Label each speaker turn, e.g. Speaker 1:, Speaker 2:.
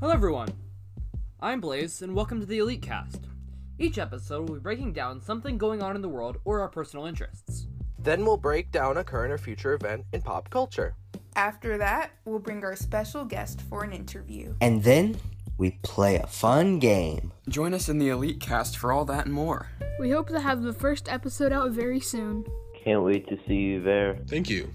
Speaker 1: Hello, everyone. I'm Blaze, and welcome to the Elite Cast. Each episode, we'll be breaking down something going on in the world or our personal interests.
Speaker 2: Then we'll break down a current or future event in pop culture.
Speaker 3: After that, we'll bring our special guest for an interview.
Speaker 4: And then we play a fun game.
Speaker 5: Join us in the Elite Cast for all that and more.
Speaker 6: We hope to have the first episode out very soon.
Speaker 7: Can't wait to see you there.
Speaker 8: Thank you.